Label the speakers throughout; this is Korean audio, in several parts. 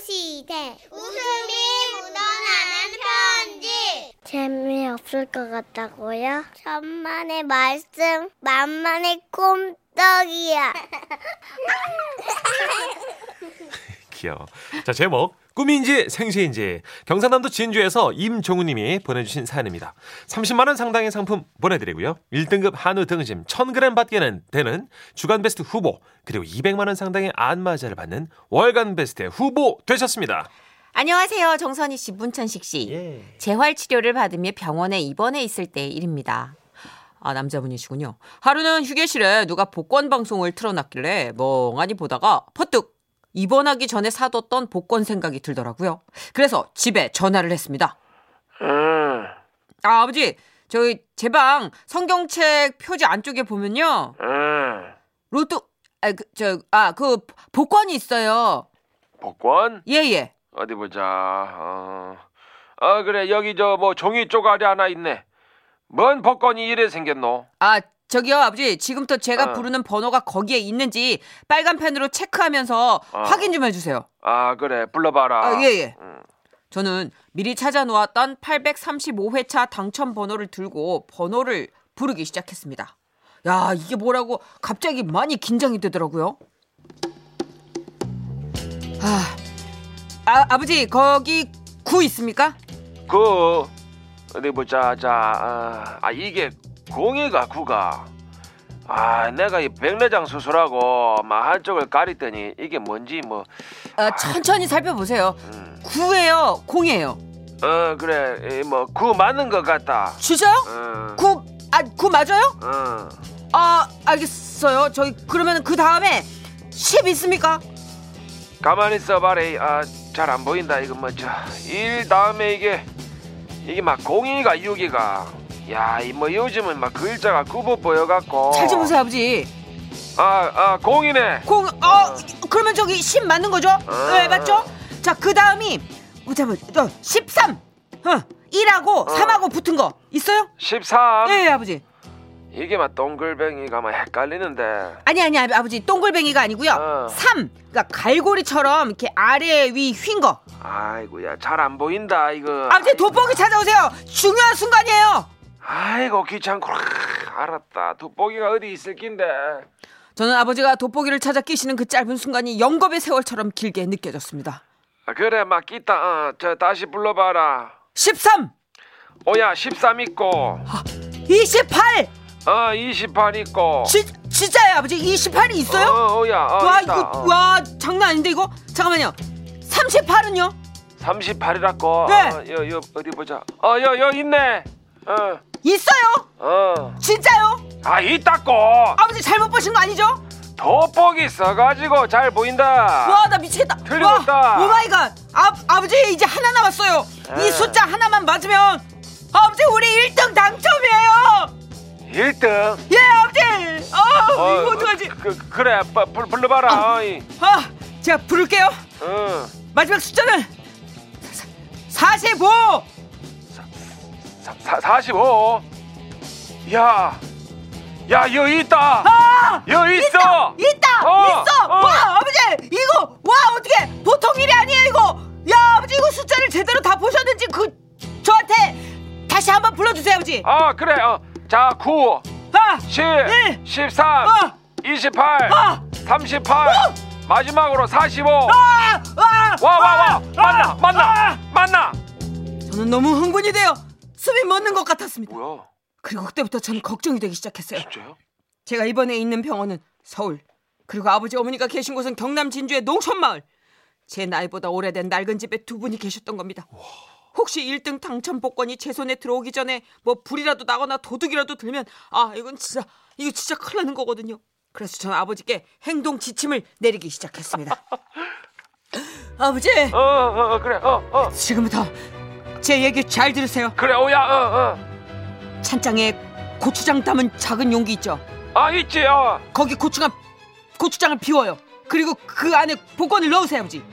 Speaker 1: 시대 웃음이 묻어나는 편지 재미없을 것 같다고요? 천만의 말씀 만만의 꼼떡이야
Speaker 2: 귀여워. 자, 제목. 꿈인지 생시인지 경상남도 진주에서 임종우님이 보내주신 사연입니다. 30만 원 상당의 상품 보내드리고요. 1등급 한우 등심 1,000g 받게는 되는 주간 베스트 후보 그리고 200만 원 상당의 안마자를 받는 월간 베스트 후보 되셨습니다.
Speaker 3: 안녕하세요. 정선희 씨, 문천식 씨.
Speaker 2: 예.
Speaker 3: 재활 치료를 받으며 병원에 입원해 있을 때 일입니다. 아, 남자분이시군요. 하루는 휴게실에 누가 복권 방송을 틀어놨길래 멍하니 보다가 퍼뜩 입원하기 전에 사뒀던 복권 생각이 들더라고요. 그래서 집에 전화를 했습니다.
Speaker 4: 응,
Speaker 3: 아, 아버지, 저희 제 방 성경책 표지 안쪽에 보면요.
Speaker 4: 응.
Speaker 3: 로또 아, 그, 저, 아, 그 복권이 있어요.
Speaker 4: 복권?
Speaker 3: 예, 예.
Speaker 4: 어디 보자. 어. 아 그래 여기 저 뭐 종이 쪼가리 하나 있네. 뭔 복권이 이래 생겼노?
Speaker 3: 아 저기요 아버지 지금부터 제가
Speaker 4: 어.
Speaker 3: 부르는 번호가 거기에 있는지 빨간 펜으로 체크하면서
Speaker 4: 어.
Speaker 3: 확인 좀 해주세요.
Speaker 4: 아 음. 그래 불러봐라.
Speaker 3: 아, 예, 예.
Speaker 4: 응.
Speaker 3: 저는 미리 찾아놓았던 835회차 당첨 번호를 들고 번호를 부르기 시작했습니다. 야 이게 뭐라고 갑자기 많이 긴장이 되더라고요. 아, 아 아버지 거기 구 있습니까?
Speaker 4: 그 어디 보자. 자, 아, 아 이게 공이가 구가. 아 내가 이 백내장 수술하고 막 한쪽을 가리더니 이게 뭔지 뭐.
Speaker 3: 아, 천천히 살펴보세요.
Speaker 4: 음.
Speaker 3: 구예요, 공이에요.
Speaker 4: 어 그래 뭐 구 맞는 것 같다. 어,
Speaker 3: 진짜요?
Speaker 4: 응,
Speaker 3: 구, 아, 구 맞아요?
Speaker 4: 응.
Speaker 3: 아, 알겠어요. 저희 그러면 그 다음에 10 있습니까?
Speaker 4: 가만히 있어봐래. 아, 잘 안 보인다. 이거 뭐죠? 일 다음에 이게 이게 막 공이가 육이가. 야, 이 뭐 요즘은 막 글자가 구부 보여갖고.
Speaker 3: 잘 좀 보세요, 아버지.
Speaker 4: 아, 아, 공이네.
Speaker 3: 공, 어, 그러면 저기 10 맞는 거죠?
Speaker 4: 아.
Speaker 3: 네, 맞죠? 자, 그 다음이, 어, 잠깐만, 어, 13. 어, 1하고
Speaker 4: 아.
Speaker 3: 3하고 붙은 거 있어요?
Speaker 4: 13.
Speaker 3: 예, 예, 아버지.
Speaker 4: 이게 막 동글뱅이가 막 헷갈리는데.
Speaker 3: 아니, 아니, 아니, 아버지. 동글뱅이가 아니고요.
Speaker 4: 아.
Speaker 3: 삼, 그러니까 갈고리처럼 이렇게 아래 위 휜 거.
Speaker 4: 어. 아이고야, 잘 안 보인다. 이거.
Speaker 3: 아버지, 돋보기 찾아오세요. 중요한 순간이에요.
Speaker 4: 아이고 귀찮고. 아, 알았다. 돋보기가 어디 있을 낀데.
Speaker 3: 저는 아버지가 돋보기를 찾아 끼시는 그 짧은 순간이 영겁의 세월처럼 길게 느껴졌습니다.
Speaker 4: 아, 그래, 막 끼다. 어, 저 다시 불러봐라.
Speaker 3: 13,
Speaker 4: 오야, 13 있고.
Speaker 3: 28,
Speaker 4: 어, 28 있고.
Speaker 3: 지, 진짜요 아버지 28이 있어요?
Speaker 4: 어, 어, 야, 어,
Speaker 3: 와
Speaker 4: 있다.
Speaker 3: 이거
Speaker 4: 어.
Speaker 3: 와 장난 아닌데 이거 잠깐만요. 38은요?
Speaker 4: 38이라고.
Speaker 3: 네.
Speaker 4: 어, 여, 여, 어디 보자. 어, 여, 여 있네. 어,
Speaker 3: 있어요?
Speaker 4: 어.
Speaker 3: 진짜요?
Speaker 4: 아, 있다고.
Speaker 3: 아버지 잘못 보신 거 아니죠?
Speaker 4: 돋보기 써가지고 잘 보인다.
Speaker 3: 와 나 미치겠다.
Speaker 4: 틀림없다.
Speaker 3: 와, 오마이갓. 아 아버지 이제 하나 남았어요. 이
Speaker 4: 네.
Speaker 3: 숫자 하나만 맞으면 아버지 우리 1등 당첨이에요.
Speaker 4: 1등.
Speaker 3: 예 아버지. 아 이거 어떡하지?
Speaker 4: 그, 그래, 빠, 불, 불러봐라. 어이.
Speaker 3: 아 제가 부를게요.
Speaker 4: 어.
Speaker 3: 마지막 숫자는 45.
Speaker 4: 사, 사, 45. 야. 야, 여 있다.
Speaker 3: 아!
Speaker 4: 여 있어.
Speaker 3: 있다!
Speaker 4: 어,
Speaker 3: 있어!
Speaker 4: 어.
Speaker 3: 와, 아버지! 이거, 와, 어떻게, 보통 일이 아니에요, 이거! 야, 아버지, 이거 숫자를 제대로 다 보셨는지, 그, 저한테 다시 한번 불러주세요, 아버지!
Speaker 4: 아, 그래. 어. 자, 9,
Speaker 3: 아!
Speaker 4: 10,
Speaker 3: 네.
Speaker 4: 13,
Speaker 3: 어.
Speaker 4: 28,
Speaker 3: 아!
Speaker 4: 38. 마지막으로 45.
Speaker 3: 아! 아!
Speaker 4: 와 와 와
Speaker 3: 아!
Speaker 4: 만나
Speaker 3: 어.
Speaker 4: 만나 만나
Speaker 3: 저는 너무 흥분이 돼요. 숨이 멎는 것 같았습니다.
Speaker 4: 뭐야
Speaker 3: 그리고 그때부터 저는 걱정이 되기 시작했어요.
Speaker 4: 진짜요?
Speaker 3: 제가 이번에 있는 병원은 서울 그리고 아버지 어머니가 계신 곳은 경남 진주의 농촌마을 제 나이보다 오래된 낡은 집에 두 분이 계셨던 겁니다 혹시 1등 당첨 복권이 제 손에 들어오기 전에 뭐 불이라도 나거나 도둑이라도 들면 아 이건 진짜 이거 진짜 큰일 나는 거거든요 그래서 저는 아버지께 행동 지침을 내리기 시작했습니다 아버지
Speaker 4: 어어 어, 그래 어어
Speaker 3: 지금부터 제 얘기 잘 들으세요
Speaker 4: 그래 오야 어어
Speaker 3: 찬장에 고추장 담은 작은 용기 있죠
Speaker 4: 아 있지 어아
Speaker 3: 거기 고추가 고추장을 비워요. 그리고 그 안에 복권을 넣으세요, 아버지.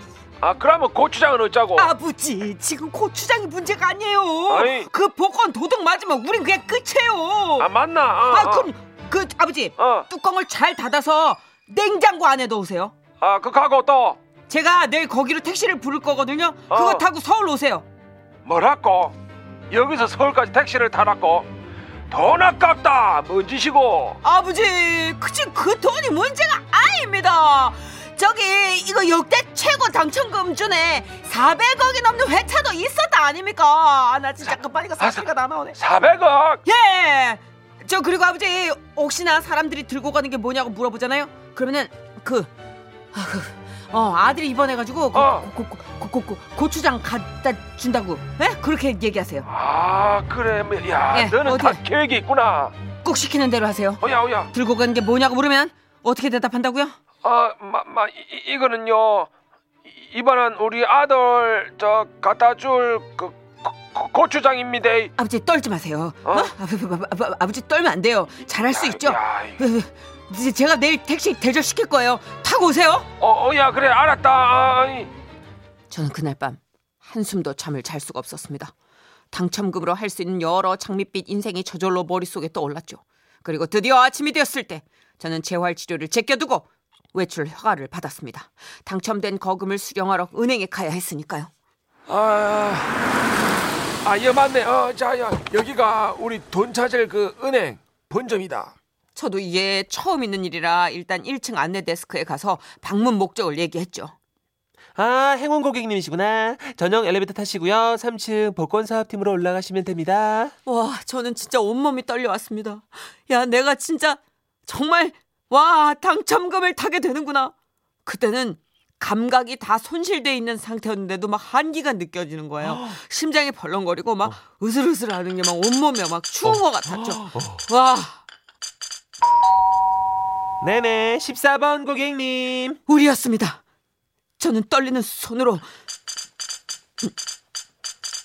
Speaker 4: 어. 그러면 고추장은 어쩌고
Speaker 3: 아버지, 지금 고추장이 문제가 아니에요.
Speaker 4: 아이.
Speaker 3: 그 복권 도둑 맞으면 우린 그냥 끝이에요.
Speaker 4: 아 맞나
Speaker 3: 아, 그럼 그 아버지
Speaker 4: 어아
Speaker 3: 뚜껑을 잘 닫아서 냉장고 안에 넣으세요.
Speaker 4: 그거 하고 또
Speaker 3: 제가 내일 거기로 택시를 부를 거거든요. 그거
Speaker 4: 어.
Speaker 3: 타고 서울 오세요.
Speaker 4: 뭐라고? 여기서 서울까지 택시를 타라고? 돈 아깝다. 뭔 짓이고?
Speaker 3: 아버지, 그치 그 돈이 문제가 아닙니다. 저기 이거 역대 최고 당첨금 중에 400억이 넘는 회차도 있었다 아닙니까? 아, 나 진짜 급하니까
Speaker 4: 사-
Speaker 3: 사실가 다 나오네.
Speaker 4: 400억.
Speaker 3: 예. 저 그리고 아버지 혹시나 사람들이 들고 가는 게 뭐냐고 물어보잖아요. 그러면은 그, 아, 그, 어 아들이 입원해가지고 고,
Speaker 4: 어.
Speaker 3: 고, 고, 고, 고, 고, 고추장 갖다 준다고. 예? 그렇게 얘기하세요.
Speaker 4: 아, 그래. 뭐, 야,
Speaker 3: 예,
Speaker 4: 너는 다
Speaker 3: 어디야?
Speaker 4: 계획이 있구나.
Speaker 3: 꼭 시키는 대로 하세요.
Speaker 4: 어야, 어야.
Speaker 3: 들고 가는 게 뭐냐고 물으면 어떻게 대답한다고요?
Speaker 4: 아, 마, 마, 이, 이- 이거는요. 이- 이번엔 우리 아들 저 갖다 줄그 고- 고추장입니다.
Speaker 3: 아버지 떨지 마세요. 어?
Speaker 4: 어?
Speaker 3: 아버, 아버지 떨면 안 돼요. 잘할 수 있죠.
Speaker 4: 야, 이-
Speaker 3: 이제 제가 내일 택시 대절 시킬 거예요. 타고 오세요.
Speaker 4: 어, 어야, 그래, 알았다. 아이.
Speaker 3: 저는 그날 밤 한숨도 잠을 잘 수가 없었습니다. 당첨금으로 할 수 있는 여러 장밋빛 인생이 저절로 머릿속에 떠올랐죠. 그리고 드디어 아침이 되었을 때 저는 재활치료를 제껴두고 외출 허가를 받았습니다. 당첨된 거금을 수령하러 은행에 가야 했으니까요.
Speaker 4: 아, 아, 여 맞네. 어, 자야, 여기가 우리 돈 찾을 그 은행 본점이다.
Speaker 3: 저도 이게 처음 있는 일이라 일단 1층 안내 데스크에 가서 방문 목적을 얘기했죠.
Speaker 5: 아, 행운 고객님이시구나. 전용 엘리베이터 타시고요. 3층 복권 사업팀으로 올라가시면 됩니다.
Speaker 3: 와, 저는 진짜 온몸이 떨려왔습니다. 야, 내가 진짜 정말 와, 당첨금을 타게 되는구나. 그때는 감각이 다 손실돼 있는 상태였는데도 막 한기가 느껴지는 거예요. 심장이 벌렁거리고 막 으슬으슬하는 게 막 온몸에 막 추운 것 같았죠. 와,
Speaker 5: 네네, 14번 고객님.
Speaker 3: 우리였습니다. 저는 떨리는 손으로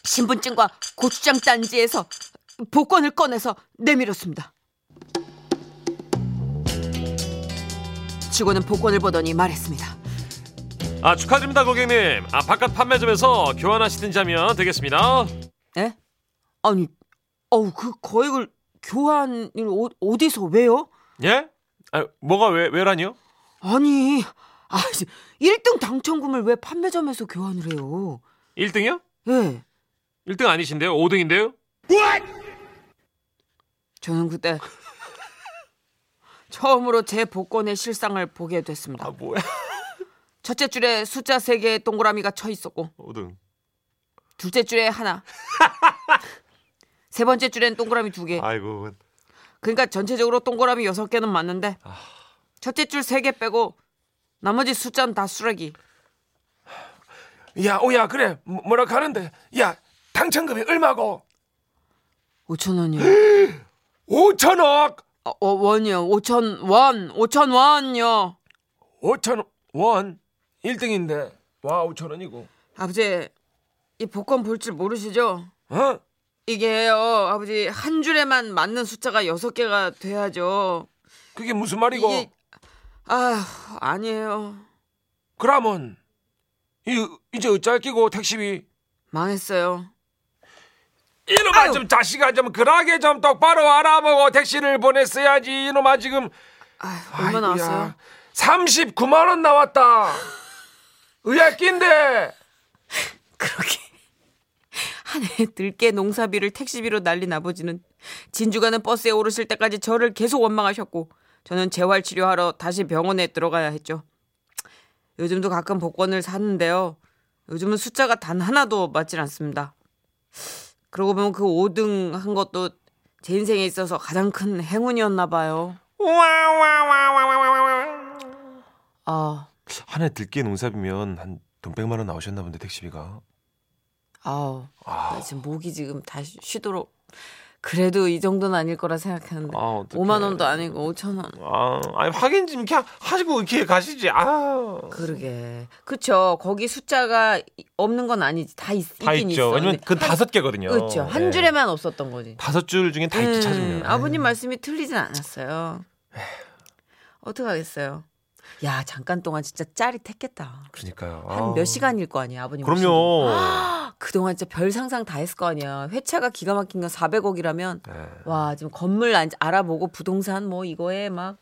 Speaker 3: 신분증과 고추장 단지에서 복권을 꺼내서 내밀었습니다. 직원은 복권을 보더니 말했습니다.
Speaker 2: 아 축하드립니다 고객님. 아 바깥 판매점에서 교환하시든 자면 되겠습니다.
Speaker 3: 에? 아니, 어우 그 거액을 교환을 어, 어디서 왜요?
Speaker 2: 예? 아, 뭐가 왜 왜라니요?
Speaker 3: 아니, 아 1등 당첨금을 왜 판매점에서 교환을 해요?
Speaker 2: 1등이요?
Speaker 3: 예.
Speaker 2: 1등 아니신데요? 5등인데요?
Speaker 3: 저는 그때 처음으로 제 복권의 실상을 보게 됐습니다.
Speaker 2: 아, 뭐야?
Speaker 3: 첫째 줄에 숫자 세 개의 동그라미가 쳐 있었고
Speaker 2: 5등.
Speaker 3: 둘째 줄에 하나. 세 번째 줄엔 동그라미 두 개.
Speaker 2: 아이고.
Speaker 3: 그러니까 전체적으로 동그라미 여섯 개는 맞는데 첫째 줄 세 개 빼고 나머지 숫자는 다 쓰레기.
Speaker 4: 야, 오야, 그래. 뭐- 뭐라 하는데? 야, 당첨금이 얼마고?
Speaker 3: 5천 원이요.
Speaker 4: 5천억.
Speaker 3: 어, 어, 원이요. 5천 원. 5천 원이요.
Speaker 4: 5천 원. 1등인데. 와, 5천 원이고.
Speaker 3: 아버지 이 복권 볼 줄 모르시죠?
Speaker 4: 어?
Speaker 3: 이게요, 아버지 한 줄에만 맞는 숫자가 여섯 개가 돼야죠.
Speaker 4: 그게 무슨 말이고?
Speaker 3: 이게 아 아니에요,
Speaker 4: 그러면 이 이제 어쩔 끼고 택시비
Speaker 3: 망했어요.
Speaker 4: 이놈아
Speaker 3: 아유.
Speaker 4: 좀 자식아 좀 그러게 좀 똑바로 알아보고 택시를 보냈어야지 이놈아 지금
Speaker 3: 아 얼마
Speaker 4: 아이고야.
Speaker 3: 나왔어요?
Speaker 4: 39만 원 나왔다. 의아 낀데.
Speaker 3: 그렇게 한 해 들깨 농사비를 택시비로 날린 아버지는 진주 가는 버스에 오르실 때까지 저를 계속 원망하셨고 저는 재활 치료하러 다시 병원에 들어가야 했죠. 요즘도 가끔 복권을 사는데요. 요즘은 숫자가 단 하나도 맞질 않습니다. 그러고 보면 그 5등 한 것도 제 인생에 있어서 가장 큰 행운이었나 봐요. 아,
Speaker 2: 한 해 들깨 농사비면 한 돈 100만 원 나오셨나 본데 택시비가.
Speaker 3: 아우. 나 지금 목이 지금 다시 쉬도록 그래도 이 정도는 아닐 거라 생각하는데.
Speaker 2: 아, 어떡해.
Speaker 3: 5만 원도 아니고 5천 원.
Speaker 2: 아, 아니 하긴 좀 이렇게 하시고 이렇게 가시지. 아.
Speaker 3: 그러게. 그쵸. 거기 숫자가 이- 없는 건 아니지. 다 있,
Speaker 2: 다
Speaker 3: 긴
Speaker 2: 있죠.
Speaker 3: 있어.
Speaker 2: 왜냐면
Speaker 3: 근데
Speaker 2: 그
Speaker 3: 한-
Speaker 2: 다섯 개거든요.
Speaker 3: 그쵸. 한
Speaker 2: 예.
Speaker 3: 줄에만 없었던 거지.
Speaker 2: 다섯 줄 중에 다 있지
Speaker 3: 음,
Speaker 2: 찾으면. 예.
Speaker 3: 아버님 말씀이 틀리진 않았어요. 어떡하겠어요. 야, 잠깐 동안 진짜 짜릿했겠다.
Speaker 2: 그러니까요.
Speaker 3: 한 몇 시간일 거 아니야, 아버님. 오시는 거.
Speaker 2: 아. 그럼요.
Speaker 3: 그동안 진짜 별 상상 다 했을 거 아니야. 회차가 기가 막힌 건 400억이라면
Speaker 2: 예.
Speaker 3: 와 지금 건물 안- 알아보고 부동산 뭐 이거에 막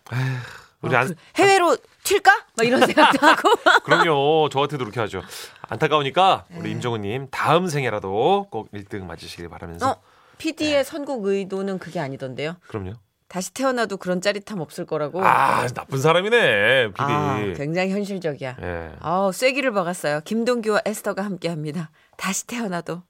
Speaker 2: 우리 안,
Speaker 3: 해외로 튈까? 막 이런 생각도 하고.
Speaker 2: 그럼요. 저한테도 그렇게 하죠. 안타까우니까
Speaker 3: 네.
Speaker 2: 우리 임정우님 다음 생에라도 꼭 1등 맞으시길 바라면서.
Speaker 3: 어, PD의 선곡 의도는 그게 아니던데요.
Speaker 2: 그럼요.
Speaker 3: 다시 태어나도 그런 짜릿함 없을 거라고.
Speaker 2: 아 나쁜 사람이네 PD.
Speaker 3: 어. 아, 그- 굉장히 현실적이야.
Speaker 2: 예.
Speaker 3: 아우 쐐기를 박았어요. 김동규와 에스터가 함께합니다. 다시 태어나도.